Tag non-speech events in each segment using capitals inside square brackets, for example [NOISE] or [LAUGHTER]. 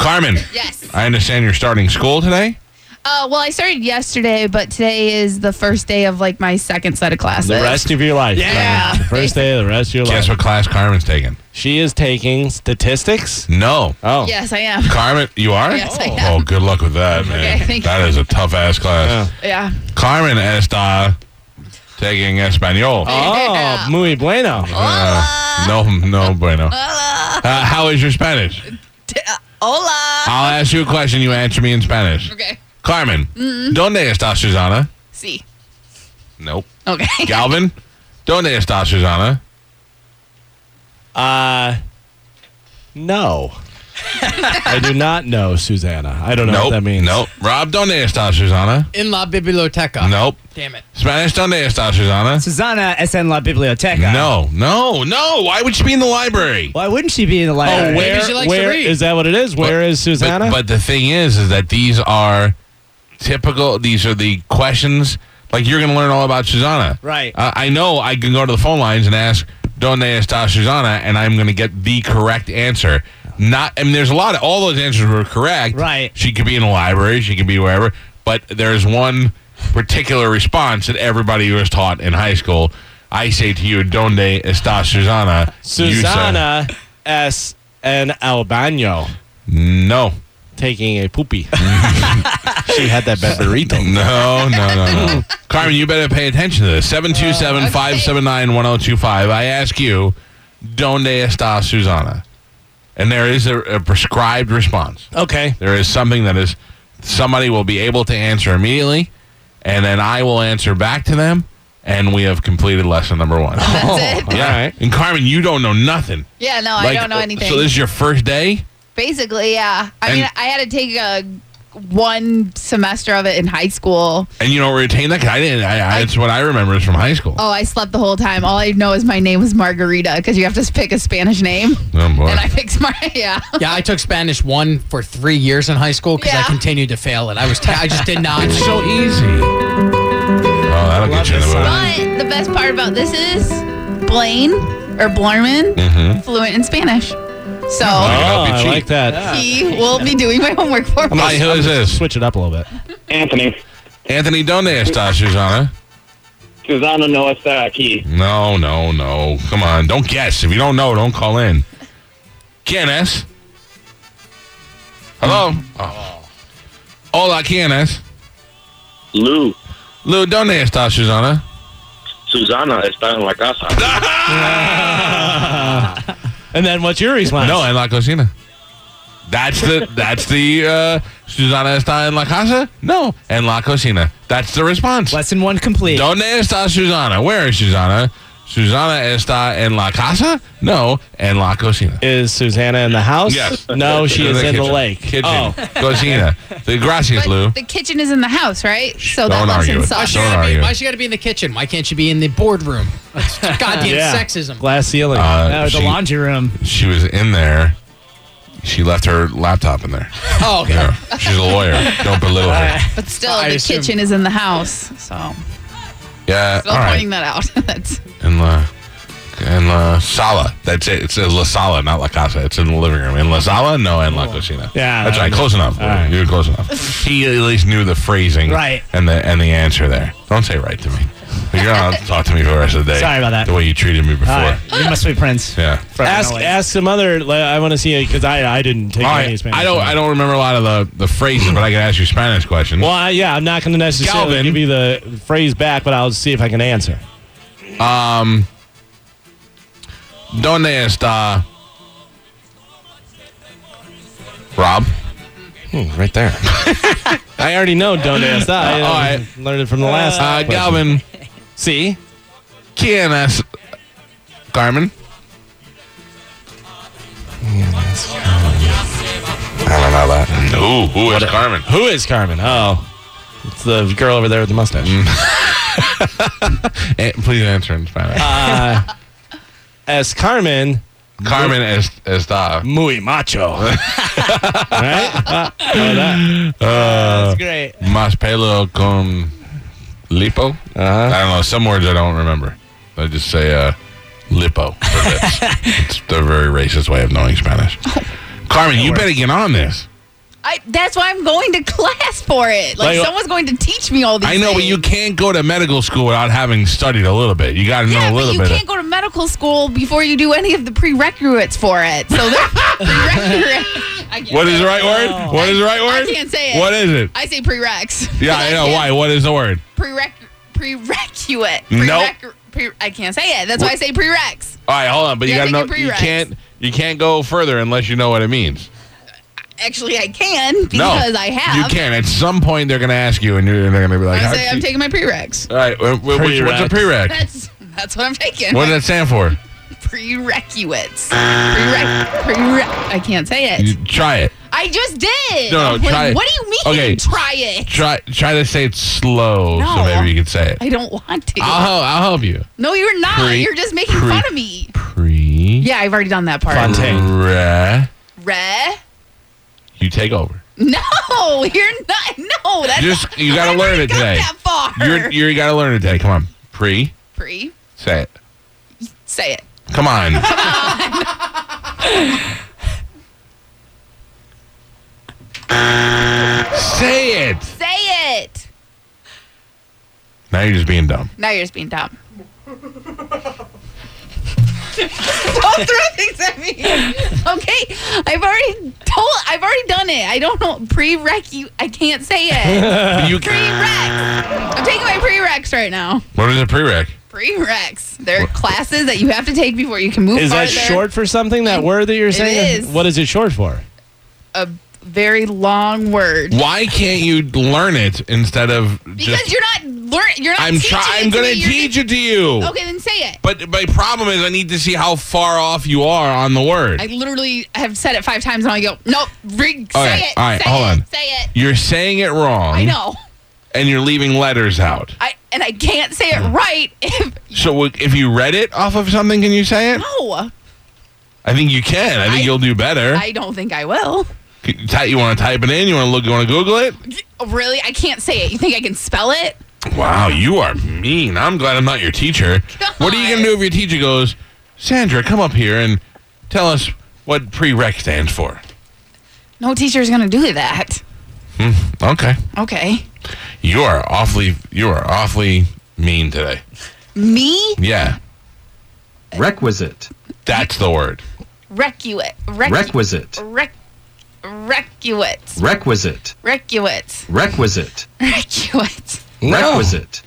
Carmen, Yes. I understand you're starting school today. Uh, well, I started yesterday, but today is the first day of like my second set of classes. The rest of your life. Yeah. Carmen. The first day of the rest of your Guess life. what class Carmen's taking? She is taking statistics. No. Oh. Yes, I am. Carmen, you are? Yes, oh. I am. good luck with that, man. [LAUGHS] Okay, thank that you. is a tough ass class. Yeah. Carmen está taking Espanol. Oh, muy bueno. Uh, no, no, bueno. Uh, how is your Spanish? uh, Hola. I'll ask you a question. You answer me in Spanish. Okay. Carmen, ¿dónde está Susana? See. Nope. Okay. Galvin, ¿dónde está Susana? Uh, [LAUGHS] no. I do not know Susanna. I don't know nope. what that means. Nope. Rob, ¿dónde está Susana? En la biblioteca. Nope. Damn it. Spanish, ¿dónde está Susana? Susanna es en la biblioteca. No, no, no. Why would she be in the library? Why wouldn't she be in the Oh, library? where, Maybe she likes where to read. is that? What it is? Where is Susanna? But, but the thing is, is that these are typical. These are the questions. Like you're going to learn all about Susanna. Right. Uh, I know. I can go to the phone lines and ask "Donde está Susanna?" and I'm going to get the correct answer. Not. I mean, there's a lot of all those answers were correct. Right. She could be in a library. She could be wherever. But there's one particular response that everybody was taught in high school. I say to you, "Donde está Susanna?" You say, Susanna S. N. Albano No. taking a poopy. [LAUGHS] she had that [LAUGHS] bad burrito. No, no, no, [LAUGHS] no. Carmen, you better pay attention to this. Uh, 727 579 1025. I ask you, donde está Susana? And there is a, a prescribed response. Oh. Okay. There is something that is somebody will be able to answer immediately, and then I will answer back to them, and we have completed lesson number [LAUGHS] one. That's it. Yeah. All right. And Carmen, you don't know nothing. Yeah, no, I Like, don't know uh, anything. So this is your first day? Basically, yeah. I And- mean, I had to take a one semester of it in high school. And you don't retain that? 'Cause I didn't. I, I, it's what I remember is from high school. Oh, I slept the whole time. All I know is my name was Margarita because you have to pick a Spanish name. [LAUGHS] Oh, boy. And I picked Mar. [LAUGHS] Yeah. [LAUGHS] Yeah, I took Spanish one for three years in high school because Yeah. I continued to fail it. I was, t- I just [LAUGHS] did not. It's so easy. Oh, that'll Love get you in the this mood. song. But the best part about this is Blaine or Blarman, Mm-hmm. fluent in Spanish. So Oh, help you I cheat. like [LAUGHS] that. he will be doing my homework for me. Hi, who is this? Switch it up a little bit. Anthony. Anthony Donde está, Susanna? Susana no está aquí. No, no, no. Come on. Don't guess. If you don't know, don't call in. ¿Quién es? Hello? Oh. Hola, ¿quién es? Lou, Lou, ¿dónde está, Susanna? Susana está en la casa. And then what's your response? No, en la cocina. That's the, that's the, uh, Susana está en la casa? No, en la cocina. That's the response. Lesson one complete. ¿Dónde está Susana? Where is Susana? Susana está en la casa? No, en la cocina. Is Susanna in the house? Yes. No, she is in the kitchen. lake. Kitchen. Oh. [LAUGHS] Cocina. The gracias, Lou. But the kitchen is in the house, right? So Don't that argue lesson with sucks. that. Don't Why- argue. Why she got to be in the kitchen? Why can't she be in the boardroom? [LAUGHS] That's goddamn sexism. Glass ceiling. Uh, she- room. She was in there. She left her laptop in there. Oh, okay. Yeah. She's a lawyer. Don't belittle her. But still, I the assume- kitchen is in the house. So Yeah. still All pointing right. that out. [LAUGHS] That's In la, in la sala. That's it. It says la sala, not la casa. It's in the living room. In la sala? No, in la cocina. Oh. Yeah, That's I right. know. Close enough. All right. You're close [LAUGHS] enough. He at least knew the phrasing. Right. And the and the answer there. Don't say right to me. You're not allowed to talk to me for the rest of the day. Sorry about that. The way you treated me before. You must be Prince. Yeah. ask ask some other. like, I want to see it because I I didn't take All any right. Spanish. I don't. I don't remember a lot of the, the phrases, but I can ask you Spanish questions. Well, I, yeah, I'm not going to necessarily Calvin. give you the phrase back, but I'll see if I can answer. Donde está Rob? right there. [LAUGHS] I already know. Don't ask that. I All uh, right. learned it from the last. Uh, question. Galvin, See, ¿quién es Carmen? I don't that. Ooh, who is Carmen? Who is Carmen? Oh, it's the girl over there with the mustache. Mm. Eh, please answer in Spanish. As Carmen, Carmen es, está. muy macho. [LAUGHS] right? Uh, how about that? Oh, That's great. Más pelo con lipo? I don't know. Some words I don't remember. I just say uh, lipo. for lips. it's the very racist way of knowing Spanish. Carmen, you better get on this. I, that's why I'm going to class for it. Like, Like, someone's going to teach me all these. uh, I know, but you things. can't go to medical school without having studied a little bit. You got to know Yeah, a but little you bit. of- can't go to medical school before you do any of the prerequisites for it. So [LAUGHS] there- prerequisites. I can't what say is the it. right word? What is the right I word? can't say it. What is [LAUGHS] it? I say prereqs. Yeah, But I know. can't- Why? What is the word? Prereq prerequisite. Nope. Prereq- pre- I can't say it. That's why I say prereqs. All right, hold on. But you Yeah, got to I know. think You you're prereqs. can't. You can't go further unless you know what it means. Actually, I can because no, I have. You can. At some point, they're going to ask you, and you're, they're going to be like, I "How'd say I'm you-" taking [LAUGHS] my prereqs. All right, wh- wh- which- what's a Prereqs. prereq? That's that's what I'm taking. What does that stand for? prerequisites. Prereq. Prereq. I can't say it. You try it. I just did. No, no, I'm like, try it. What do you mean? Okay. Try it. Try try to say it slow, so No. maybe you can say it. I don't want to. I'll help. I'll help you. no, you're not. Pre- you're just making pre- fun of me. Pre. Yeah, I've already done that part. Fun. Re. Re? You take over. No, [LAUGHS] you're not. No, that's Just you got I've to learn already it got today. That far. You're you're- you got to learn it today. Come on. Pre. Pre. Say it. Say it. Come on. Say it. Say it. Now you're just being dumb. Now you're just being [LAUGHS] dumb. don't throw things at me. Okay, I've already told. I've already done it. I don't know prereq. You, I can't say it. [LAUGHS] you Prereqs. I'm taking my prereqs right now. What is a prereq? Prereqs. They're classes that you have to take before you can move. Is that farther. short for something? That word that you're saying? is. What is it short for? A very long word. Why can't you learn it instead of Because just? you're not learning. You're not. I'm teaching trying. I'm it to going me. to You're teach it to you. just- Okay, then say it. But my problem is, I need to see how far off you are on the word. I literally have said it five times, and I go, nope. Re- say right, it. all right, say hold it, on. Say it. you're saying it wrong. I know. And you're leaving letters out. I and I can't say it right if So w- if you read it off of something, can you say it? no. I think you can. I think I- you'll do better. I don't think I will. You ty- You want to type it in? You want to look? You want to Google it? Really? I can't say it. You think I can spell it? Wow, you are mean. I'm glad I'm not your teacher. What are you going to do if your teacher goes, Sandra, come up here and tell us what prereq stands for? No teacher's gonna do that. Okay, Okay. you are awfully, you are awfully mean today. Me? Yeah, Requisite. that's the word. Recuit. Recu- Requisite. Rec- Recuit. Requisite. Recuit. Requisite. Recuit. Requisite.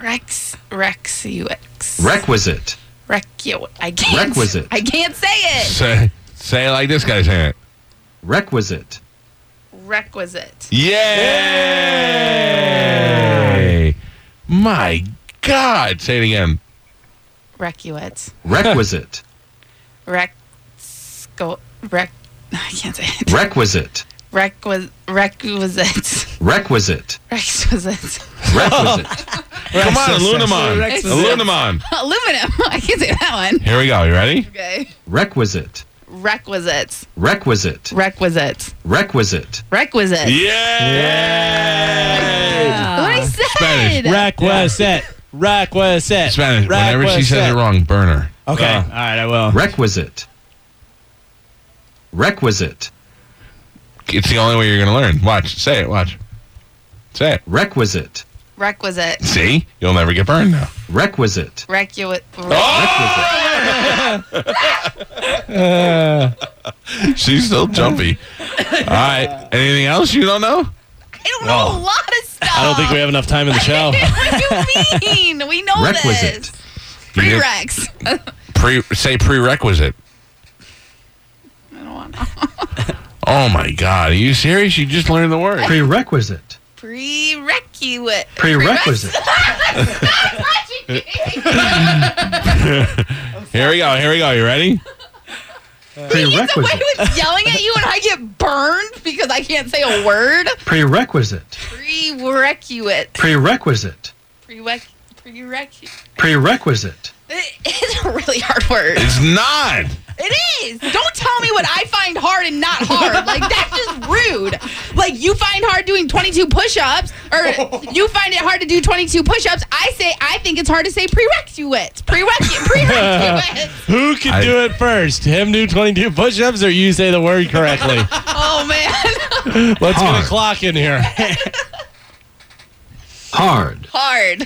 Rex. Rexuix. Requisite. Recuit. I can't. Requisite. I can't say it. Say, say it like this guy's saying it. Requisite. Requisite. Yay! My God, say it again. Recuit. Requisite. Rex. Go. Rec. I can't say it. Requisite. Requis- requisites. [LAUGHS] Requisite. Requisites. [LAUGHS] Requisite. [LAUGHS] Come on, Alunamon. Alunamon. Aluminum. [LAUGHS] I can say that one. Here we go. You ready? Okay. Requisite. Requisites. Requisite. Requisites. Requisite. Requisites. Yay! What I said. Spanish. Requisite. Requisite. Spanish. Whenever she says it Requisite. wrong, Uh. burn her. Okay. All right, I will. Requisite. Requisite. It's the only way you're going to learn. Watch. Say it. Watch. Say it. Requisite. Requisite. See? You'll never get burned now. Requisite. Requisite. Oh! Requisite. [LAUGHS] She's still jumpy. All right. Anything else you don't know? I don't know a lot of stuff. I don't think [LAUGHS] we have enough time in the [LAUGHS] show. what do you mean? We know Requisite. this. You did- Prereqs. Pre, say prerequisite. I don't want to. Oh my God. Are you serious? You just learned the word. Prerequisite. Prerequisite. Prerequisite. [LAUGHS] Here we go. Here we go. You ready? Gets away Prerequisite. with yelling at you and I get burned because I can't say a [LAUGHS] word. Prerequisite. Prerequisite. Prerequisite. Prereq. Prerequisite. Prerequisite. [LAUGHS] It's a really hard word. It's not. It is. Don't tell me what I find hard and not hard. Like that's just rude. Like you find hard doing 22 push-ups, [LAUGHS] or you find it hard to do 22 push-ups. I say I think it's hard to say prerequisite. Prerequisite. [LAUGHS] Prerequisite. Who can I- do it first? Him do 22 push ups or you say the word [LAUGHS] correctly? oh man, Let's get Hard. a clock in [LAUGHS] here. Hard. hard.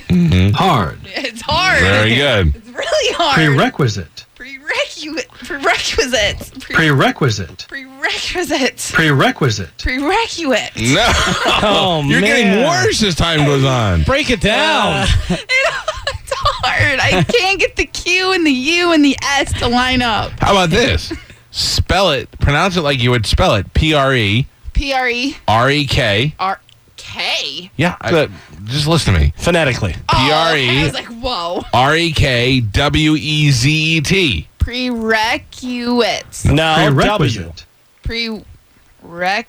Hard. It's hard. [LAUGHS] Very good. It's really hard. Prerequisite. Prerequisite. Prerequisites. Pre- Prerequisite. prerequisites. Prerequisite. Prerequisite. No. [LAUGHS] Oh, You're man. getting worse as time goes on. Break it down. [LAUGHS] It's hard. I can't get the Q and the U and the S to line up. How about this? Spell it. Pronounce it like you would spell it. P R E P R E R E K. R K. Yeah. I- just listen to me. Phonetically. Oh, PRE. okay. I was like, whoa. R E K W E Z E T. Prerequisites. No, W. Prerequisite. Prereq.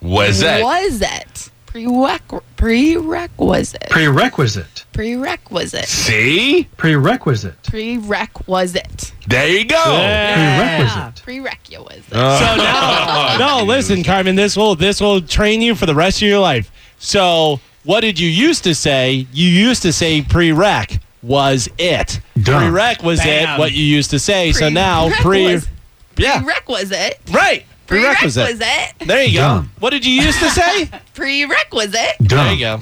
Was that? Was it? Prereq. Prerequisite. Prerequisite. Prerequisite. See? Prerequisite. Prerequisite. There you go. Prerequisite. Prerequisite. So now, no, listen, Carmen. This will this will train you for the rest of your life. So, what did you used to say? You used to say prereq was it. Dumb. Prereq was Bam. it. What you used to say. so now pre. Prerequis- Yeah. Prerequisite. right. Prerequisite. Prerequisite. There you go. Dumb. What did you used to say? Prerequisite. there Dumb. you go.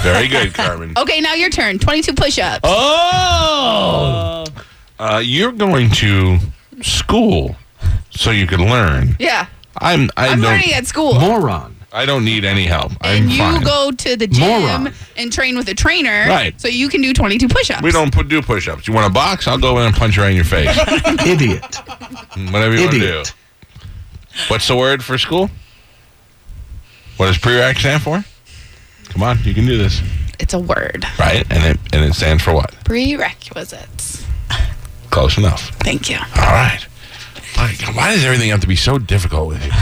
Very good, Carmen. Okay, now your turn. 22 push ups. Oh. Uh, you're going to school so you can learn. Yeah. I'm. I I'm don't. learning at school. Moron. I don't need any help. I'm and you fine. go to the gym Moron. and train with a trainer. Right. So you can do 22 push ups. we don't put, do push-ups. You want a box? I'll go in and punch you right in your [LAUGHS] face. Idiot. Whatever you want to do. Idiot. What's the word for school? What does prereq stand for? Come on, you can do this, It's a word. right? And it and it stands for what? Prerequisites. Close enough. Thank you. All right. My God, why does everything have to be so difficult with you?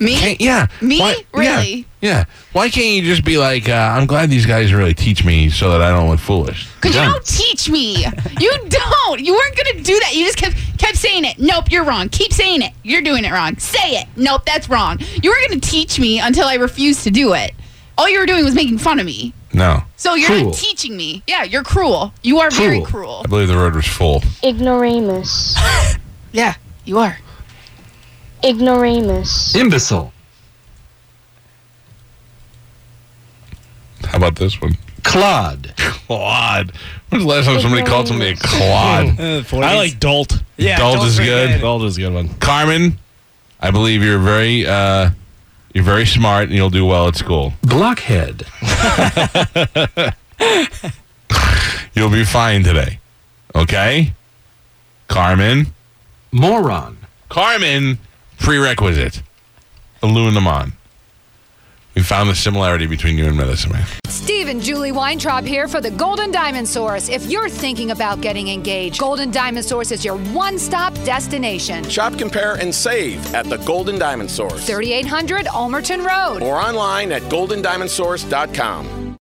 Me? Can't- yeah. Me? Why- yeah, Really? Yeah, Why can't you just be like, uh, I'm glad these guys really teach me so that I don't look foolish. Because you don't teach me. You don't. You weren't gonna do that. You just kept kept saying it. Nope, you're wrong. Keep saying it. You're doing it wrong. Say it. Nope, that's wrong. You were gonna teach me until I refused to do it. All you were doing was making fun of me. No. So you're Cruel. not teaching me. Yeah, you're cruel. You are very I cruel. believe the road was full. [LAUGHS] Ignoramus. Yeah, you are. Ignoramus. Imbecile. How about this one? Clod. Clod. When's the last time somebody called somebody a clod? I like Uh, dolt. Yeah, Dolt don't is forget good. it. Dolt is a good one. [LAUGHS] Carmen, I believe you're very uh, you're very smart and you'll do well at school. Blockhead. You'll be fine today. Okay? Carmen. Moron. Carmen prerequisite. Aluminum on. We found the similarity between you and Medicine Man. Steve and Julie Weintraub here for the Golden Diamond Source. If you're thinking about getting engaged, Golden Diamond Source is your one stop destination. Shop, compare, and save at the Golden Diamond Source 3800 Almerton Road. or online at goldendiamondsource.com.